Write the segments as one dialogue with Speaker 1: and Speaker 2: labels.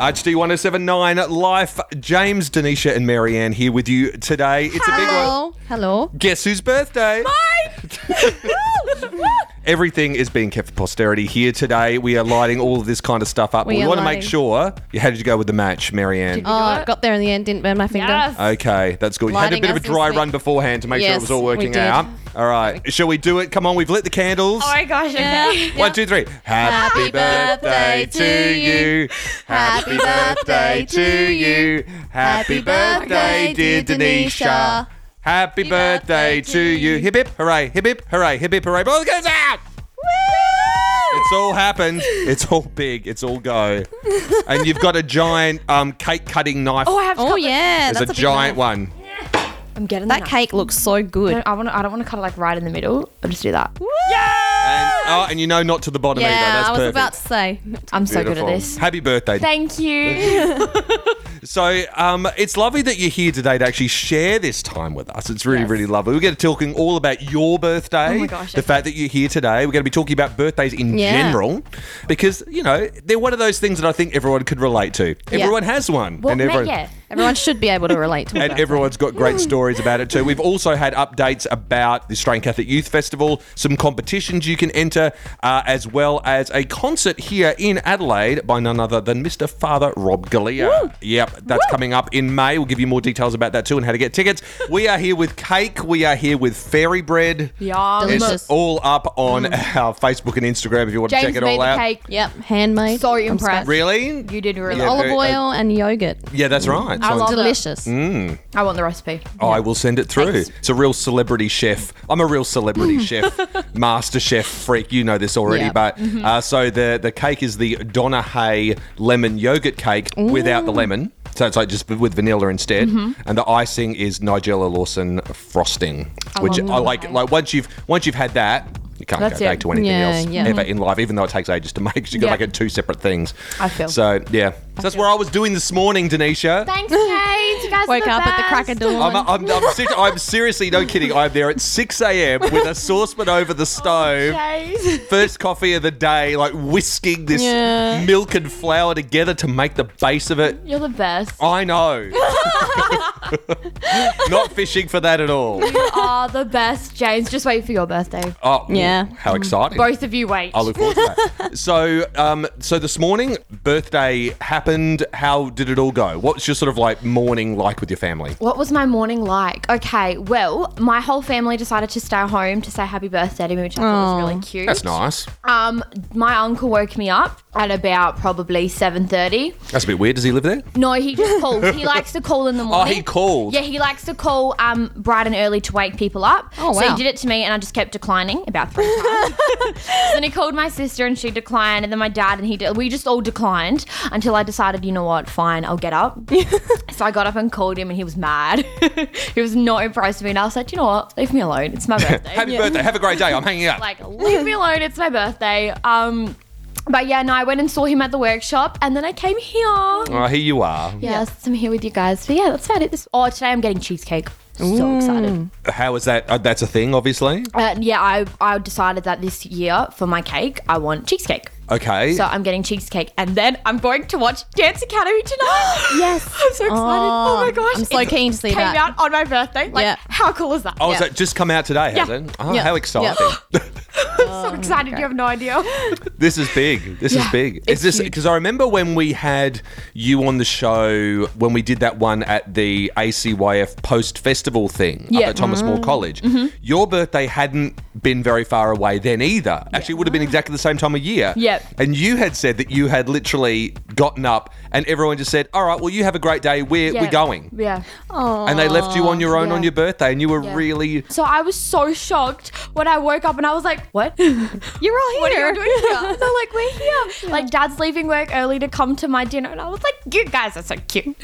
Speaker 1: HD 1079 Life, James, Denisha, and Marianne here with you today. It's a big one.
Speaker 2: Hello. Hello.
Speaker 1: Guess whose birthday?
Speaker 2: Oh,
Speaker 1: Everything is being kept for posterity here today. We are lighting all of this kind of stuff up.
Speaker 2: We
Speaker 1: We,
Speaker 2: are
Speaker 1: want to make
Speaker 2: lighting.
Speaker 1: sure. How did you go with the match, Marianne?
Speaker 2: Oh, I got there in the end, didn't burn my finger.
Speaker 3: Yes.
Speaker 1: Okay, that's good. You had a
Speaker 2: Lighting
Speaker 1: bit of a
Speaker 2: us this
Speaker 1: dry
Speaker 2: week.
Speaker 1: run beforehand to make sure it
Speaker 2: Yes,
Speaker 1: was all
Speaker 2: we
Speaker 1: working
Speaker 2: did.
Speaker 1: out. All right, shall we do it? Come on, we've lit the candles.
Speaker 3: Oh my gosh. Okay.
Speaker 1: One, two, three. Happy birthday to you. Happy birthday to you. Happy birthday, dear Denisha. Happy birthday to you. Hip hip hooray, hip hip hooray, hip hip hooray. Blow the goes out. It's all happened. It's all big. It's all go. And you've got a giant um, cake cutting knife.
Speaker 3: Oh, I have. to
Speaker 2: Oh
Speaker 3: cut the-
Speaker 2: yeah,
Speaker 1: There's
Speaker 2: that's
Speaker 1: a,
Speaker 2: big
Speaker 1: giant
Speaker 2: one.
Speaker 1: one.
Speaker 3: I'm getting
Speaker 2: That cake looks so good.
Speaker 3: I want. I don't want to cut it like right in the middle. I'll just do that.
Speaker 1: And, oh, and you know not to the bottom either.
Speaker 2: Yeah,
Speaker 1: That's
Speaker 2: I was
Speaker 1: perfect.
Speaker 2: about to say.
Speaker 3: I'm so good at
Speaker 1: Beautiful.
Speaker 3: this.
Speaker 1: Happy birthday,
Speaker 3: Thank you.
Speaker 1: So um, it's lovely that you're here today to actually share this time with us. It's really,
Speaker 3: Yes. Oh
Speaker 1: really lovely. We're going to be talking all about your birthday,
Speaker 3: my gosh,
Speaker 1: the
Speaker 3: okay.
Speaker 1: fact that you're here today. We're going to be talking about birthdays in
Speaker 2: Yeah.
Speaker 1: general because, you know, they're one of those things that I think everyone could relate to.
Speaker 2: Yeah.
Speaker 1: Everyone has one.
Speaker 3: Well, mate,
Speaker 1: everyone,
Speaker 3: yeah.
Speaker 2: Everyone should be able to relate to it.
Speaker 1: and everyone's got great stories about it too. We've also had updates about the Australian Catholic Youth Festival, some competitions you can enter, uh, as well as a concert here in Adelaide by none other than Mr. Father Rob Galea. Yep, that's coming up in May. We'll give you more details about that too and how to get tickets. We are here with cake. We are here with fairy bread.
Speaker 3: Yum.
Speaker 2: Delicious.
Speaker 1: It's all up on our Facebook and Instagram if you want to
Speaker 3: Mm. James
Speaker 1: check it
Speaker 3: made
Speaker 1: all
Speaker 3: the
Speaker 1: out.
Speaker 3: cake.
Speaker 2: Yep, handmade.
Speaker 3: So
Speaker 2: from
Speaker 3: impressed.
Speaker 2: scratch.
Speaker 1: Really?
Speaker 3: You did really.
Speaker 1: Yeah.
Speaker 3: Oh,
Speaker 2: Olive
Speaker 1: Very-
Speaker 2: oil and yogurt.
Speaker 1: Yeah, that's right. So-
Speaker 3: love it.
Speaker 2: Delicious.
Speaker 1: Hmm?
Speaker 3: I want the recipe.
Speaker 1: Oh, I will send it through.
Speaker 3: Thanks.
Speaker 1: It's a real celebrity chef. I'm a real celebrity chef, master chef freak. You know this already,
Speaker 2: Yeah.
Speaker 1: but
Speaker 3: Mm-hmm.
Speaker 1: uh, so the the cake is the Donna Hay lemon yogurt cake without the lemon. So it's like just with vanilla instead,
Speaker 3: Mm-hmm.
Speaker 1: and the icing is Nigella Lawson frosting, which
Speaker 3: love
Speaker 1: I like.
Speaker 3: that.
Speaker 1: Like once you've once you've had that. You can't
Speaker 3: That's
Speaker 1: go back
Speaker 3: it.
Speaker 1: to anything
Speaker 2: Yeah,
Speaker 1: else
Speaker 2: yeah.
Speaker 1: ever in life, even though it takes ages to make. You got to
Speaker 3: Yeah.
Speaker 1: make it two separate things.
Speaker 3: I feel.
Speaker 1: so. Yeah, so that's where I was doing this morning, Denisha.
Speaker 3: Thanks, Kate. You guys
Speaker 2: Woke up at the crack of dawn.
Speaker 1: I'm, I'm, I'm, ser- I'm seriously no kidding. I'm there at 6 a.m. with a saucepan over the stove.
Speaker 2: Oh,
Speaker 1: First coffee of the day, like whisking this
Speaker 2: Yeah.
Speaker 1: milk and flour together to make the base of it.
Speaker 3: You're the best.
Speaker 1: I know. Not fishing for that at all.
Speaker 3: You are the best, James. Just wait for your birthday.
Speaker 1: Oh,
Speaker 2: Yeah.
Speaker 1: How exciting.
Speaker 3: Both of you wait.
Speaker 1: I look forward to that. so, um, so this morning, birthday happened. How did it all go? What's your sort of like morning like with your family?
Speaker 3: What was my morning like? Okay, well, my whole family decided to stay home to say happy birthday to me, which I thought was really cute.
Speaker 1: That's nice.
Speaker 3: Um, my uncle woke me up at about probably seven thirty.
Speaker 1: That's a bit weird. Does he live there?
Speaker 3: No, he just called. he likes to call in the morning.
Speaker 1: Oh, he called.
Speaker 3: Yeah, he likes to call um, bright and early to wake people up.
Speaker 2: Oh,
Speaker 3: So
Speaker 2: wow.
Speaker 3: he did it to me, and I just kept declining about three times. So then he called my sister, and she declined, and then my dad, and he de- we just all declined until I decided, you know what, fine, I'll get up. so I got up and called him, and he was mad. he was not impressed with me, and I was like, you know what, leave me alone. It's my birthday.
Speaker 1: Happy birthday. Have a great day. I'm hanging out.
Speaker 3: like leave me alone it's my birthday um but yeah no i went and saw him at the workshop and then i came here
Speaker 1: Oh, here you are.
Speaker 3: yes i'm here with you guys but yeah that's about it this oh today i'm getting cheesecake so excited
Speaker 1: How is that? Uh, that's a thing, obviously.
Speaker 3: uh, yeah i i decided that this year for my cake i want cheesecake
Speaker 1: Okay.
Speaker 3: so i'm getting cheesecake and then i'm going to watch dance academy tonight yes i'm so excited oh,
Speaker 2: Oh,
Speaker 3: my gosh
Speaker 2: I'm so
Speaker 3: It
Speaker 2: keen to see
Speaker 3: came
Speaker 2: that.
Speaker 3: out on my birthday like
Speaker 2: Yeah.
Speaker 3: how cool is that
Speaker 1: oh, is
Speaker 2: yeah.
Speaker 1: that just come out today, has
Speaker 3: Yeah.
Speaker 1: it? Oh,
Speaker 2: Yeah.
Speaker 1: how exciting.
Speaker 3: i'm so excited you have no idea
Speaker 1: This is big. This is
Speaker 3: Yeah.
Speaker 1: big. Is
Speaker 3: It's
Speaker 1: this
Speaker 3: huge.
Speaker 1: because I remember when we had you on the show when we did that one at the ACYF post festival thing
Speaker 3: Yeah. Mm-hmm.
Speaker 1: up at Thomas More College. Your birthday hadn't been very far away then either. Actually, it would have been exactly the same time of year.
Speaker 3: Yep.
Speaker 1: And you had said that you had literally gotten up and everyone just said, "All right, well, you have a great day. We're
Speaker 3: Yeah.
Speaker 1: we're going."
Speaker 3: yeah
Speaker 1: and
Speaker 3: Oh,
Speaker 1: they left you on your own
Speaker 3: yeah.
Speaker 1: on your birthday, and you were
Speaker 3: Yeah.
Speaker 1: really.
Speaker 3: So I was so shocked when I woke up and I was like, "What? You're all here? What are you doing here?" They're like, "We're here." Like Dad's leaving work early to come to my dinner, and I was like, "You guys are so cute."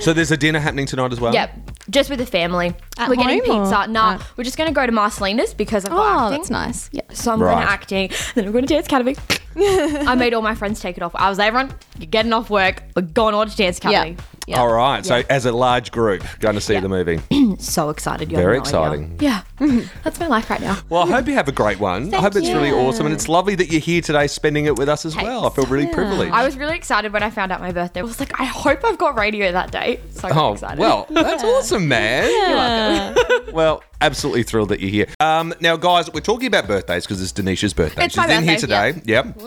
Speaker 1: So there's a dinner happening tonight as well.
Speaker 3: yep, just with the family.
Speaker 2: At
Speaker 3: we're getting
Speaker 2: home or-
Speaker 3: pizza. Nah,
Speaker 2: Ah.
Speaker 3: we're just gonna go to Marcelina's because I've got
Speaker 2: Oh,
Speaker 3: acting.
Speaker 2: that's nice. Yeah.
Speaker 3: So I'm
Speaker 1: Right.
Speaker 3: going to acting, then I'm going to dance academy. I made all my friends take it off. I was like, everyone, you're getting off work. We're going on to dance academy.
Speaker 2: Yeah.
Speaker 1: All right. So as a large group, going to see the movie.
Speaker 3: So excited. You have
Speaker 1: Very
Speaker 3: no idea.
Speaker 1: exciting.
Speaker 3: Yeah. That's my life right now.
Speaker 1: Well, I hope you have a great one. I hope it's really awesome, and it's lovely that you're here today, spending it with us as well. I feel really privileged.
Speaker 3: I was really excited when I found out my birthday. I was like, I hope I've got radio that day. So
Speaker 1: Oh,
Speaker 3: excited.
Speaker 1: well, that's awesome, man.
Speaker 2: Yeah.
Speaker 1: Well, absolutely thrilled that you're here. Um, now, guys, we're talking about birthdays because it's Denisha's birthday.
Speaker 3: It's
Speaker 1: She's
Speaker 3: my
Speaker 1: in here
Speaker 3: birthday,
Speaker 1: today. Yep.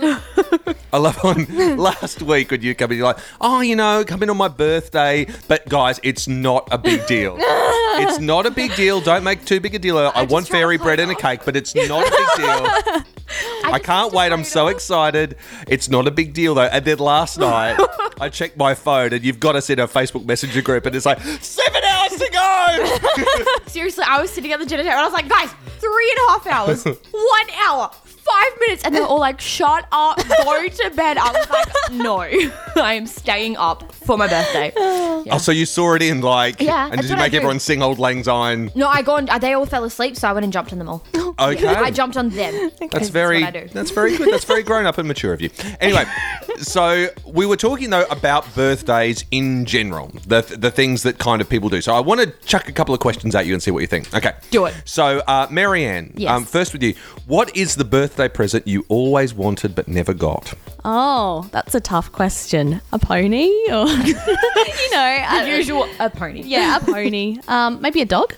Speaker 1: I love on last week when you come in, you're like, oh, you know, come in on my birthday. But, guys, it's not a big deal. it's not a big deal. Don't make too big a deal. I, want
Speaker 3: trying to
Speaker 1: fairy
Speaker 3: play
Speaker 1: bread and a cake, but it's not a big deal. I can't wait. I'm so excited. It's not a big deal, though. And then last night, I checked my phone, and you've got us in a Facebook Messenger group, and it's like, seven hours to go.
Speaker 3: Seriously, I was sitting at the dinner table and I was like, guys, three and a half hours, one hour, five minutes. And they're all like, shut up, go to bed. I was like, no, I am staying up for my birthday.
Speaker 1: Oh, so you saw it in like,
Speaker 3: Yeah,
Speaker 1: and
Speaker 3: that's
Speaker 1: did you
Speaker 3: what I
Speaker 1: make
Speaker 3: do.
Speaker 1: everyone sing "Old Lang Syne"?
Speaker 3: No, I go and they all fell asleep, so I went and jumped on them all.
Speaker 1: Okay,
Speaker 3: I jumped on them.
Speaker 1: That's
Speaker 3: what
Speaker 1: very,
Speaker 3: I do.
Speaker 1: that's very good. That's very grown up and mature of you. Anyway, so we were talking though about birthdays in general, the the things that kind of people do. So I want to chuck a couple of questions at you and see what you think. Okay,
Speaker 3: Do it.
Speaker 1: So, uh, Marianne,
Speaker 3: Yes.
Speaker 1: um, first with you, what is the birthday present you always wanted but never got?
Speaker 2: Oh, that's a tough question. A pony, or you know,
Speaker 3: The
Speaker 2: a,
Speaker 3: usual a pony.
Speaker 2: yeah, a pony. Um, maybe a dog.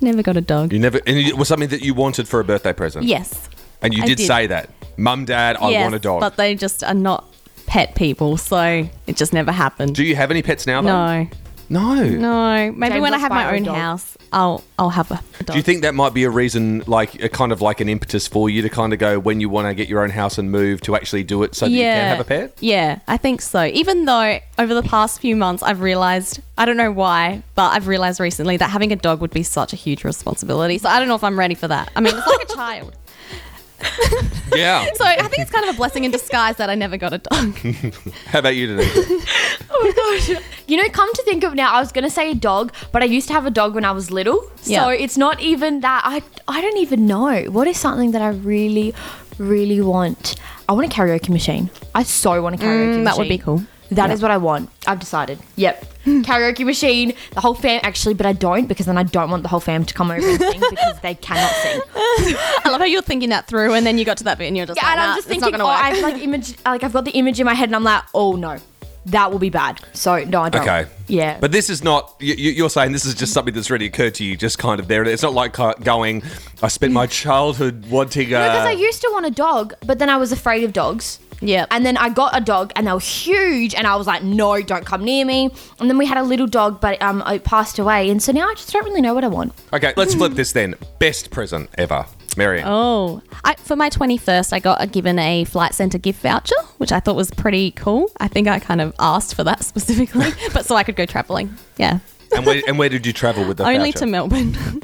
Speaker 2: Never got a dog.
Speaker 1: You never, and it was something that you wanted for a birthday present.
Speaker 2: Yes.
Speaker 1: and you
Speaker 2: I
Speaker 1: did,
Speaker 2: did.
Speaker 1: say that, Mum, Dad, I
Speaker 2: yes,
Speaker 1: want a dog.
Speaker 2: But they just are not pet people, so it just never happened.
Speaker 1: do you have any pets now? Though?
Speaker 2: no,
Speaker 1: No. No.
Speaker 2: no. Maybe
Speaker 3: James
Speaker 2: when I
Speaker 3: will
Speaker 2: have
Speaker 3: buy
Speaker 2: my
Speaker 3: a
Speaker 2: own
Speaker 3: dog.
Speaker 2: house, I'll I'll have a, a dog.
Speaker 1: Do you think that might be a reason, like a kind of like an impetus for you to kind of go when you want to get your own house and move to actually do it so that you can have a pet?
Speaker 2: Yeah, I think so. Even though over the past few months I've realized, I don't know why, but I've realized recently that having a dog would be such a huge responsibility. So I don't know if I'm ready for that. I mean, it's like a child.
Speaker 1: Yeah.
Speaker 2: So I think it's kind of a blessing in disguise that I never got a dog.
Speaker 1: How about you today?
Speaker 3: Oh You know, come to think of now, I was gonna say a dog, but I used to have a dog when I was little.
Speaker 2: Yeah.
Speaker 3: So it's not even that. I I don't even know. What is something that I really, really want? I want a karaoke machine. I so want a karaoke machine.
Speaker 2: that would be cool.
Speaker 3: Mm, That is what I want. I've decided. Yep. karaoke machine, the whole fam actually, but I don't because then I don't want the whole fam to come over and sing because they cannot sing.
Speaker 2: I love how you're thinking that through and then you got to that bit and you're just
Speaker 3: Yeah,
Speaker 2: like,
Speaker 3: and
Speaker 2: "Nah,
Speaker 3: I'm just
Speaker 2: it's
Speaker 3: thinking,
Speaker 2: not
Speaker 3: oh,
Speaker 2: gonna work.
Speaker 3: I've like image, like I've got the image in my head, and I'm like, oh no, that will be bad. So no, I don't.
Speaker 1: Oh. Okay.
Speaker 3: Yeah.
Speaker 1: But this is not, you, you- you're saying this is just something that's really occurred to you, just kind of there. It's not like uh, going, I spent my childhood wanting a.
Speaker 3: Because I used to want a dog, but then I was afraid of dogs.
Speaker 2: Yep.
Speaker 3: And then I got a dog, and they were huge, and I was like, "No, don't come near me." And then we had a little dog, but um, it passed away, and so now I just don't really know what I want.
Speaker 1: okay, let's flip this then. Best present ever. Marion.
Speaker 2: Oh, I, for my 21st, I got a, given a Flight Centre gift voucher, which I thought was pretty cool. I think I kind of asked for that specifically, but so I could go travelling. Yeah.
Speaker 1: And, where, and where did you travel with the
Speaker 2: Only
Speaker 1: voucher?
Speaker 2: to Melbourne.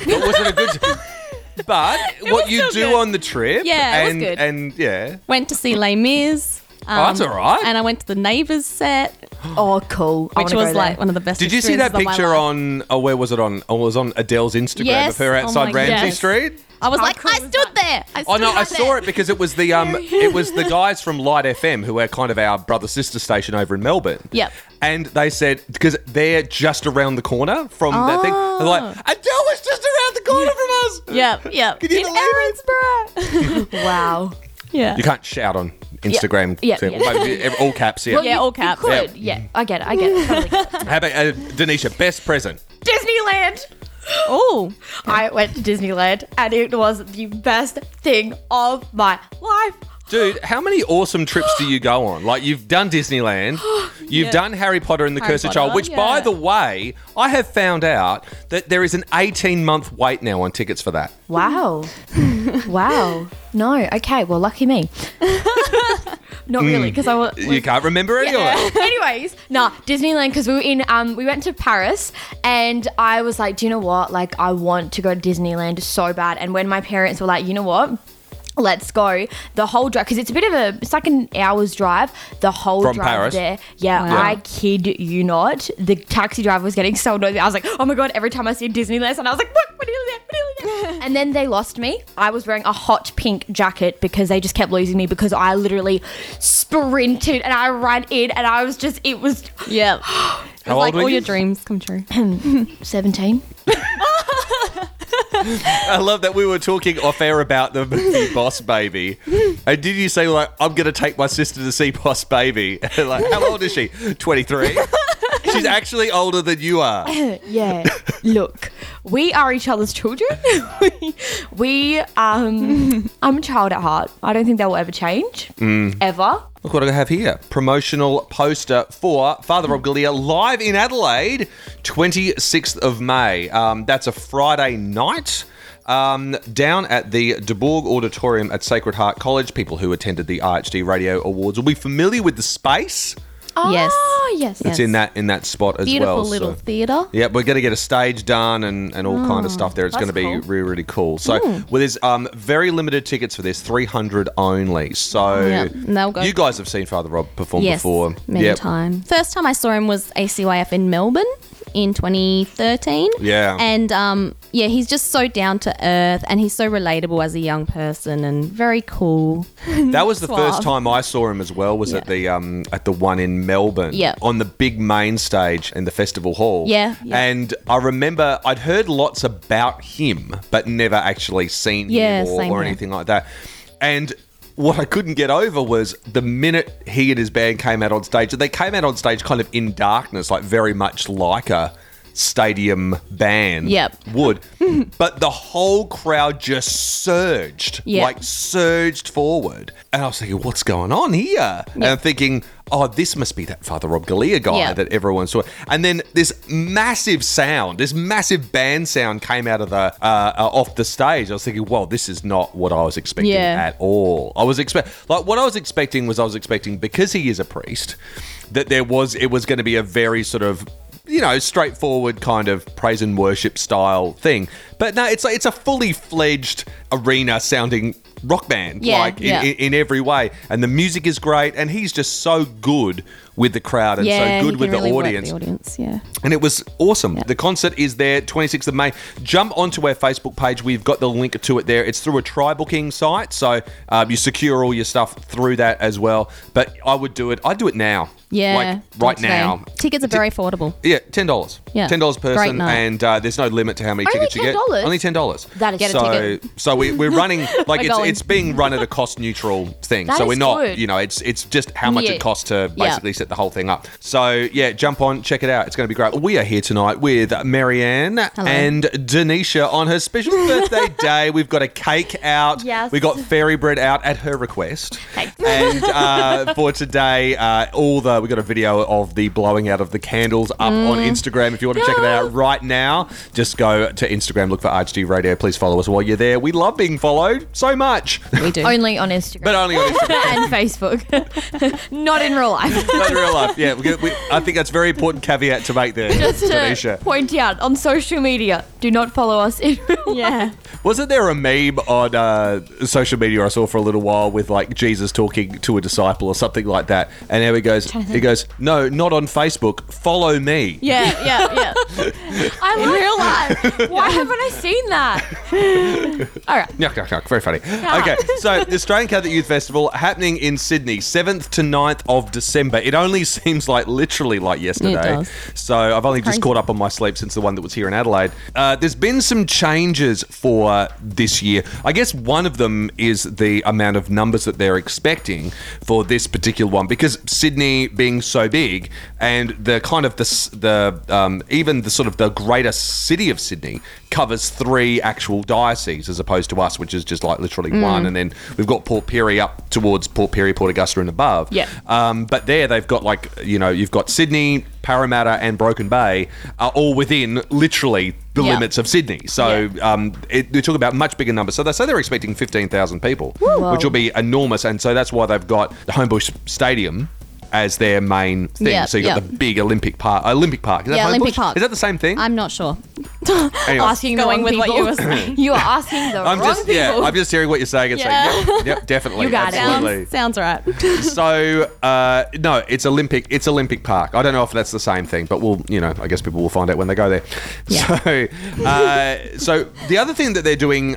Speaker 1: It wasn't a good. But what
Speaker 2: was
Speaker 1: you
Speaker 2: still
Speaker 1: do
Speaker 2: good.
Speaker 1: on the trip,
Speaker 2: Yeah, it was
Speaker 1: and
Speaker 2: good.
Speaker 1: and yeah,
Speaker 2: went to see Les Mis. Um,
Speaker 1: Oh, that's all right.
Speaker 2: And I went to the Neighbours set,
Speaker 3: Oh, cool. I
Speaker 2: which
Speaker 3: wanna
Speaker 2: was
Speaker 3: go
Speaker 2: like
Speaker 3: there.
Speaker 2: one of the best.
Speaker 1: Did you see that
Speaker 2: experiences of my
Speaker 1: picture
Speaker 2: life.
Speaker 1: on? Oh, where was it on? Oh, it was on Adele's Instagram
Speaker 2: Yes.
Speaker 1: of her
Speaker 2: Oh
Speaker 1: outside
Speaker 2: my
Speaker 1: Ramsey
Speaker 2: goodness.
Speaker 1: Street.
Speaker 2: I was like,
Speaker 3: cool
Speaker 2: I
Speaker 3: was
Speaker 2: stood
Speaker 3: that?
Speaker 2: there. I stood
Speaker 1: Oh no, I
Speaker 2: right
Speaker 1: saw
Speaker 2: there.
Speaker 1: it because it was the um, it was the guys from Light FM who are kind of our brother sister station over in Melbourne.
Speaker 2: Yep.
Speaker 1: And they said because they're just around the corner from that thing. They're like
Speaker 2: Oh.
Speaker 1: Adele was just around the corner from us.
Speaker 2: Yep, yep.
Speaker 1: Can you
Speaker 2: In
Speaker 1: believe it?
Speaker 2: Erinsborough.
Speaker 3: wow.
Speaker 2: yeah.
Speaker 1: You can't shout on Instagram.
Speaker 3: yeah,
Speaker 1: thing.
Speaker 3: yeah.
Speaker 1: Maybe all caps. Yeah.
Speaker 3: Well, you-
Speaker 2: all
Speaker 3: you
Speaker 2: caps.
Speaker 3: could. Yeah. I get it. I get it. Totally get it.
Speaker 1: How about uh, Denisha? Best present.
Speaker 3: Disneyland.
Speaker 2: Oh,
Speaker 3: I went to Disneyland, and it was the best thing of my life.
Speaker 1: Dude, how many awesome trips do you go on? Like you've done Disneyland, you've done Harry Potter and the
Speaker 2: Harry
Speaker 1: Cursed
Speaker 2: Potter,
Speaker 1: Child, which by
Speaker 2: yeah.
Speaker 1: the way, I have found out that there is an 18-month wait now on tickets for that.
Speaker 3: Wow. wow. No. Okay. Well, lucky me. Not really, because I was.
Speaker 1: You can't remember any of it.
Speaker 3: Anyways, nah, Disneyland because we were in um we went to Paris and I was like, do you know what? Like I want to go to Disneyland so bad. And when my parents were like, you know what? Let's go. The whole drive because it's a bit of a it's like an hour's drive. The whole
Speaker 1: From
Speaker 3: drive
Speaker 1: Paris?
Speaker 3: there. Yeah,
Speaker 2: Wow.
Speaker 3: I kid you not. The taxi driver was getting so annoyed. I was like, oh my god, every time I see Disneyland, and I was like, look, we're nearly there, we're nearly there. and then they lost me. I was wearing a hot pink jacket because they just kept losing me because I literally sprinted and I ran in and I was just it was
Speaker 2: yeah.
Speaker 1: How old
Speaker 2: like all
Speaker 1: were you?
Speaker 2: your dreams come true.
Speaker 3: 17.
Speaker 1: I love that we were talking off air about the movie Boss Baby. And did you say like I'm gonna take my sister to see Boss Baby? And, like how old is she? Twenty three. She's actually older than you are.
Speaker 3: yeah. Look, we are each other's children. we, we, um, I'm a child at heart. I don't think that will ever change. Ever.
Speaker 1: Look what I have here. Promotional poster for Father Rob Galea live in Adelaide, 26th of May. Um, that's a Friday night. Um, down at the DeBorg Auditorium at Sacred Heart College, people who attended the IHD Radio Awards will be familiar with the space.
Speaker 2: Yes.
Speaker 3: Ah, yes.
Speaker 1: It's in that in that spot as
Speaker 2: Beautiful
Speaker 1: well. so-
Speaker 2: little theater.
Speaker 1: yeah, we're going to get a stage done and, and all kind of
Speaker 2: Mm,
Speaker 1: stuff there. It's going
Speaker 3: that's
Speaker 1: to be
Speaker 3: cool.
Speaker 1: really, really cool. So, well, there's um, very limited tickets for this, 300 only. So,
Speaker 2: Yeah, and they'll go-
Speaker 1: you guys have seen Father Rob perform
Speaker 2: Yes,
Speaker 1: before.
Speaker 2: many
Speaker 1: Yep.
Speaker 2: times. First time I saw him was ACYF in Melbourne in 2013.
Speaker 1: Yeah.
Speaker 2: and um, yeah, he's just so down to earth, and he's so relatable as a young person, and very cool.
Speaker 1: That was the first
Speaker 2: Mm-hmm. Suave.
Speaker 1: time I saw him as well. Was at
Speaker 2: Yeah.
Speaker 1: the um at the one in Melbourne.
Speaker 2: Yeah.
Speaker 1: On the big main stage in the festival hall.
Speaker 2: Yeah, yeah.
Speaker 1: And I remember I'd heard lots about him, but never actually seen
Speaker 2: Yeah,
Speaker 1: him or,
Speaker 2: same
Speaker 1: or
Speaker 2: here.
Speaker 1: anything like that. And what I couldn't get over was the minute he and his band came out on stage, they came out on stage kind of in darkness, like very much like a stadium band
Speaker 2: Yep.
Speaker 1: would. but the whole crowd just surged.
Speaker 2: Yeah.
Speaker 1: Like surged forward. And I was thinking, what's going on here? And I'm thinking, oh, this must be that Father Rob Galea guy
Speaker 2: Yeah.
Speaker 1: that everyone saw. And then this massive sound, this massive band sound came out of the uh, uh, off the stage. I was thinking, well, this is not what I was expecting
Speaker 2: Yeah.
Speaker 1: at all. I was expect like what I was expecting was I was expecting because he is a priest that there was it was going to be a very sort of you know, straightforward kind of praise and worship style thing. But no, it's like it's a fully fledged arena sounding rock band,
Speaker 2: Yeah,
Speaker 1: like in,
Speaker 2: yeah.
Speaker 1: in, in every way. And the music is great, and he's just so good with the crowd and
Speaker 2: yeah,
Speaker 1: so
Speaker 2: he
Speaker 1: good
Speaker 2: can
Speaker 1: with
Speaker 2: really
Speaker 1: the
Speaker 2: work
Speaker 1: audience.
Speaker 2: the audience, yeah.
Speaker 1: And it was awesome. The concert is there, 26th of May. Jump onto our Facebook page. We've got the link to it there. It's through a tri booking site, so um, you secure all your stuff through that as well. But I would do it. I'd do it now.
Speaker 2: Yeah,
Speaker 1: Like
Speaker 2: not
Speaker 1: right
Speaker 2: today.
Speaker 1: now.
Speaker 2: Tickets are very affordable.
Speaker 1: Yeah, ten dollars.
Speaker 2: Yeah.
Speaker 1: ten dollars per
Speaker 2: Great
Speaker 1: person,
Speaker 2: night.
Speaker 1: and uh, there's no limit to how many
Speaker 3: Only
Speaker 1: tickets you get.
Speaker 3: $10?
Speaker 1: Only ten dollars.
Speaker 3: That is Get a
Speaker 1: so.
Speaker 2: ticket.
Speaker 1: So we, we're running like it's
Speaker 2: going.
Speaker 1: it's being run at a cost neutral thing.
Speaker 3: That
Speaker 1: so
Speaker 3: is
Speaker 1: we're not
Speaker 3: good.
Speaker 1: you know it's it's just how much
Speaker 3: Yeah.
Speaker 1: it costs to
Speaker 2: Yeah.
Speaker 1: basically set the whole thing up. So yeah, jump on, check it out. It's going to be great. We are here tonight with Marianne
Speaker 2: Hello.
Speaker 1: and Denisha on her special birthday day. We've got a cake out.
Speaker 3: Yes.
Speaker 1: We got fairy bread out at her request. And uh, for today, uh, all the we got a video of the blowing out of the candles up on
Speaker 3: Mm.
Speaker 1: Instagram. If you want to check it out right now, just go to Instagram, look for RHD Radio. Please follow us while you're there. We love being followed so much,
Speaker 2: We do.
Speaker 3: Only on Instagram.
Speaker 1: but only on Instagram.
Speaker 3: and Facebook. Not in real life.
Speaker 1: Not in real life. Yeah, we, get- we, I think that's a very important caveat to make there,
Speaker 3: Just to
Speaker 1: Tanisha.
Speaker 3: point out on social media, do not follow us in real life.
Speaker 2: yeah.
Speaker 1: Wasn't there a meme on uh, social media I saw for a little while with like Jesus talking to a disciple or something like that? And there he goes, he goes, no, not on Facebook. Follow me.
Speaker 2: Yeah, yeah, yeah.
Speaker 3: I like real life. Why haven't I seen that? All right.
Speaker 1: Yuck, yuck, yuck. Very funny. Okay, so the Australian Catholic Youth Festival happening in Sydney, 7th to 9th of December. It only seems like literally like yesterday.
Speaker 2: does.
Speaker 1: So I've only just
Speaker 2: Crazy.
Speaker 1: caught up on my sleep since the one that was here in Adelaide. Uh, there's been some changes for this year. I guess one of them is the amount of numbers that they're expecting for this particular one because Sydney being so big and the kind of the s- the um, even the sort of the greater city of Sydney covers three actual dioceses as opposed to us, which is just like literally
Speaker 2: Mm.
Speaker 1: one. And then we've got Port Pirie up towards Port Pirie, Port Augusta, and above.
Speaker 3: Yeah.
Speaker 1: Um, but there they've got like you know you've got Sydney, Parramatta, and Broken Bay are all within literally the
Speaker 2: Yeah.
Speaker 1: limits of Sydney. So um, it, they're talking about much bigger numbers. So they say they're expecting fifteen thousand people, which will be enormous. And so that's why they've got the Homebush Stadium. As their main thing,
Speaker 2: Yeah,
Speaker 1: so you got
Speaker 2: yeah.
Speaker 1: the big Olympic Park. Olympic Park, is that
Speaker 2: Yeah, Olympic
Speaker 1: Homebush?
Speaker 2: Park.
Speaker 1: Is that the same thing?
Speaker 2: I'm not sure.
Speaker 1: Anyway.
Speaker 3: Asking the
Speaker 2: Going
Speaker 3: wrong
Speaker 2: with what
Speaker 3: people.
Speaker 2: you were saying.
Speaker 3: You are asking the
Speaker 1: I'm
Speaker 3: wrong
Speaker 1: just
Speaker 3: people.
Speaker 1: yeah, I'm just hearing what you're saying and
Speaker 2: Yeah.
Speaker 1: saying, yep, yep definitely,
Speaker 3: You got it.
Speaker 1: absolutely.
Speaker 2: Sounds, sounds right.
Speaker 1: so uh, no, it's Olympic. It's Olympic Park. I don't know if that's the same thing, but we'll you know I guess people will find out when they go there.
Speaker 2: Yeah.
Speaker 1: So uh, so the other
Speaker 2: Mm.
Speaker 1: thing that they're doing,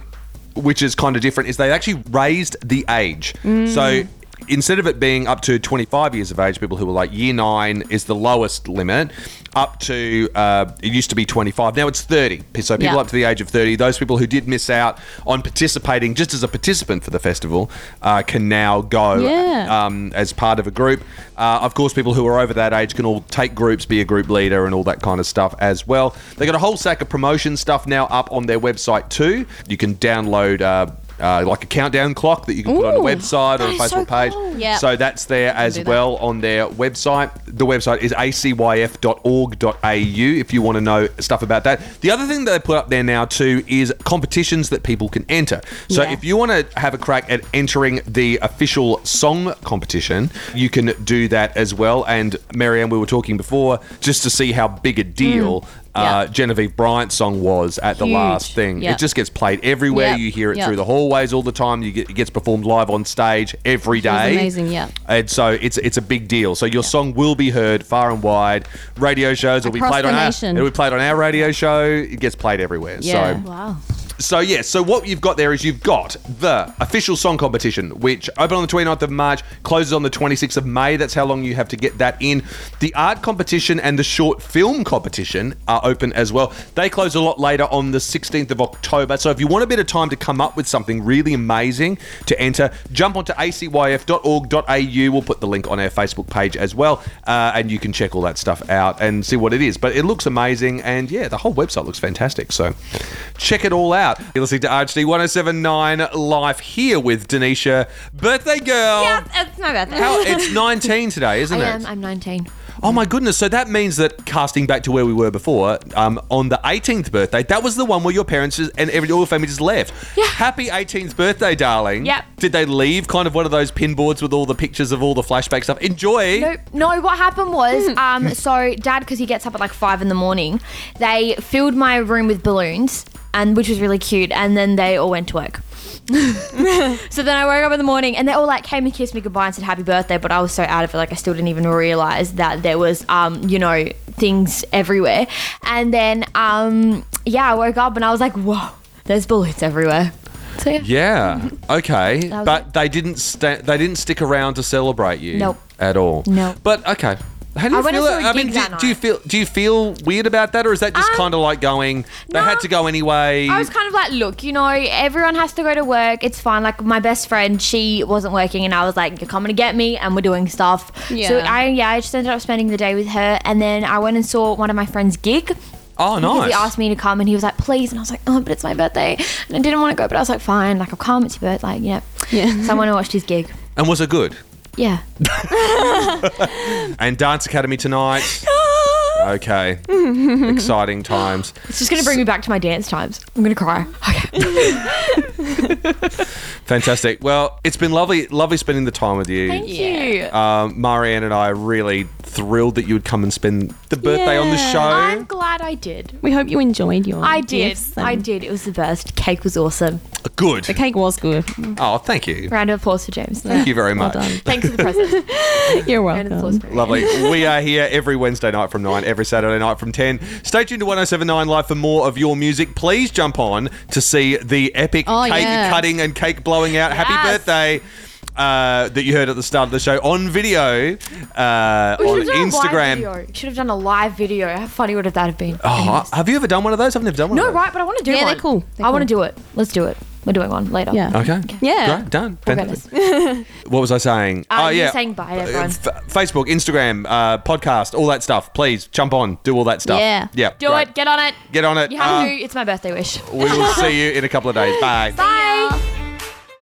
Speaker 1: which is kind of different, is they actually raised the age. So. instead of it being up to 25 years of age, people who were like year nine is the lowest limit. Up to uh, it used to be 25. Now it's 30. So people
Speaker 2: Yeah.
Speaker 1: up to the age of 30, those people who did miss out on participating just as a participant for the festival, uh, can now go
Speaker 2: Yeah.
Speaker 1: um, as part of a group. Uh, of course, people who are over that age can all take groups, be a group leader, and all that kind of stuff as well. They got a whole sack of promotion stuff now up on their website too. You can download. Uh, uh, like a countdown clock that you can put on a
Speaker 2: Ooh,
Speaker 1: website or a
Speaker 3: that is so
Speaker 1: Facebook page.
Speaker 3: cool.
Speaker 2: Yeah.
Speaker 1: So that's there as
Speaker 2: do that.
Speaker 1: well on their website. The website is acyf.org.au if you want to know stuff about that. The other thing that they put up there now too is competitions that people can enter. So
Speaker 2: Yeah.
Speaker 1: if you want to have a crack at entering the official song competition, you can do that as well. And Marianne, we were talking before just to see how big a deal. Uh,
Speaker 2: Mm. Yeah.
Speaker 1: Genevieve Bryant's song was at the
Speaker 2: Huge.
Speaker 1: last thing.
Speaker 2: Yeah.
Speaker 1: It just gets played everywhere.
Speaker 2: Yep.
Speaker 1: You hear it
Speaker 2: Yep.
Speaker 1: through the hallways all the time. You get, it gets performed live on stage every day.
Speaker 2: amazing, yeah.
Speaker 1: And so it's it's a big deal. So your song will be heard far and wide. Radio shows will be
Speaker 2: Across
Speaker 1: played
Speaker 2: the
Speaker 1: on our
Speaker 2: nation.
Speaker 1: it'll be played on our radio show. It gets played everywhere.
Speaker 2: Yeah.
Speaker 1: So
Speaker 3: Wow.
Speaker 1: so yeah, so what you've got there is you've got the official song competition, which opened on the 29th of March, closes on the 26th of May. That's how long you have to get that in. The art competition and the short film competition are open as well. They close a lot later on the 16th of October. So if you want a bit of time to come up with something really amazing to enter, jump onto acyf.org.au. We'll put the link on our Facebook page as well, uh, and you can check all that stuff out and see what it is. But it looks amazing, and yeah, the whole website looks fantastic. So check it all out. You're listening to RHD 1079 Live here with Denisha, birthday girl.
Speaker 3: Yeah, it's my birthday.
Speaker 1: How, it's 19 today,
Speaker 3: I
Speaker 1: isn't it?
Speaker 3: am. I'm 19.
Speaker 1: Oh my goodness! So that means that casting back to where we were before, um, on the 18th birthday, that was the one where your parents just, and every all your family just left.
Speaker 3: Yeah.
Speaker 1: Happy 18th birthday, darling.
Speaker 3: Yep.
Speaker 1: Did they leave kind of one of those pin boards with all the pictures of all the flashback stuff? Enjoy.
Speaker 3: No, no. What happened was, um, so dad, because he gets up at like five in the morning, they filled my room with balloons, and which was really cute. And then they all went to work. so then I woke up in the morning, and they all like came and kissed me goodbye and said happy birthday. But I was so out of it, like I still didn't even realize that there was, um, you know, things everywhere. And then, um, yeah, I woke up and I was like, whoa, there's balloons everywhere. So yeah.
Speaker 1: Yeah. Okay.
Speaker 3: was
Speaker 1: But they didn't sta- they didn't stick around to celebrate you.
Speaker 3: Nope.
Speaker 1: At all.
Speaker 3: Nope.
Speaker 1: But okay. How do
Speaker 3: I
Speaker 1: you
Speaker 3: went and
Speaker 1: feel?
Speaker 3: saw a
Speaker 1: I mean,
Speaker 3: gig
Speaker 1: do,
Speaker 3: that
Speaker 1: do you
Speaker 3: night.
Speaker 1: feel do you feel weird about that, or is that just
Speaker 3: Um,
Speaker 1: kind of like going? They
Speaker 3: no.
Speaker 1: had to go anyway.
Speaker 3: I was kind of like, look, you know, everyone has to go to work. It's fine. Like my best friend, she wasn't working, and I was like, you're coming to get me, and we're doing stuff.
Speaker 2: Yeah.
Speaker 3: So I yeah, I just ended up spending the day with her, and then I went and saw one of my friends' gig.
Speaker 1: oh,
Speaker 3: Because
Speaker 1: nice.
Speaker 3: he asked me to come and he was like, please. And I was like, oh, but it's my birthday. And I didn't want to go, but I was like, fine, like, I'll come. It's your birthday. Like, yeah.
Speaker 2: Yeah.
Speaker 3: So I went and watched his gig.
Speaker 1: and was it good?
Speaker 3: Yeah.
Speaker 1: and Dance Academy tonight. Okay. Exciting times.
Speaker 3: It's just going to bring me back to my dance times. I'm going to cry. Okay.
Speaker 1: Fantastic. Well, it's been lovely, lovely spending the time with you.
Speaker 3: Thank
Speaker 2: Yeah.
Speaker 3: you.
Speaker 1: Um, Marianne and I are really thrilled that you would come and spend the birthday on the
Speaker 2: Yeah.
Speaker 1: show.
Speaker 3: I'm glad I did.
Speaker 2: We hope you enjoyed your.
Speaker 3: I did.
Speaker 2: gifts and-
Speaker 3: I did. It was the best. Cake was awesome.
Speaker 1: Good.
Speaker 2: The cake was good.
Speaker 1: Oh, thank you.
Speaker 3: Round of applause for James.
Speaker 1: Thank you very much.
Speaker 2: done.
Speaker 3: Thanks for the present.
Speaker 2: You're
Speaker 3: Round of applause
Speaker 2: welcome.
Speaker 3: for
Speaker 1: Lovely. We are here every Wednesday night from 9, every Saturday night from 10. Stay tuned to 1079 Live for more of your music. Please jump on to see the epic
Speaker 2: Oh,
Speaker 1: cake
Speaker 2: yeah.
Speaker 1: cutting and cake blowing out. Happy
Speaker 3: Yes.
Speaker 1: birthday. Uh, that you heard at the start of the show on video uh,
Speaker 3: We
Speaker 1: on
Speaker 3: should've done a live
Speaker 1: Instagram.
Speaker 3: video. Should have done a live video. How funny would have that have been?
Speaker 1: Oh, have you ever done one of those? I've never done one. of
Speaker 3: No,
Speaker 1: those.
Speaker 3: right, but I want to do
Speaker 2: Yeah,
Speaker 3: one.
Speaker 2: they're cool. They're
Speaker 3: I want to
Speaker 2: cool.
Speaker 3: do it. Let's do it. We're doing one later.
Speaker 2: Yeah.
Speaker 1: Okay.
Speaker 2: Yeah.
Speaker 1: Great, done.
Speaker 3: We'll get
Speaker 1: Fantastic. What was I saying?
Speaker 3: Uh,
Speaker 1: oh,
Speaker 3: you were
Speaker 1: yeah.
Speaker 3: saying bye,
Speaker 1: Uh,
Speaker 3: everyone.
Speaker 1: F- Facebook, Instagram, uh, podcast, all that stuff. Please jump on, do all that stuff.
Speaker 2: Yeah.
Speaker 1: Yeah.
Speaker 3: Do
Speaker 1: great.
Speaker 3: it. Get on it.
Speaker 1: Get on it.
Speaker 3: You have
Speaker 1: Uh,
Speaker 3: to. It's my birthday wish.
Speaker 1: we will see you in a couple of days. Bye.
Speaker 3: Bye.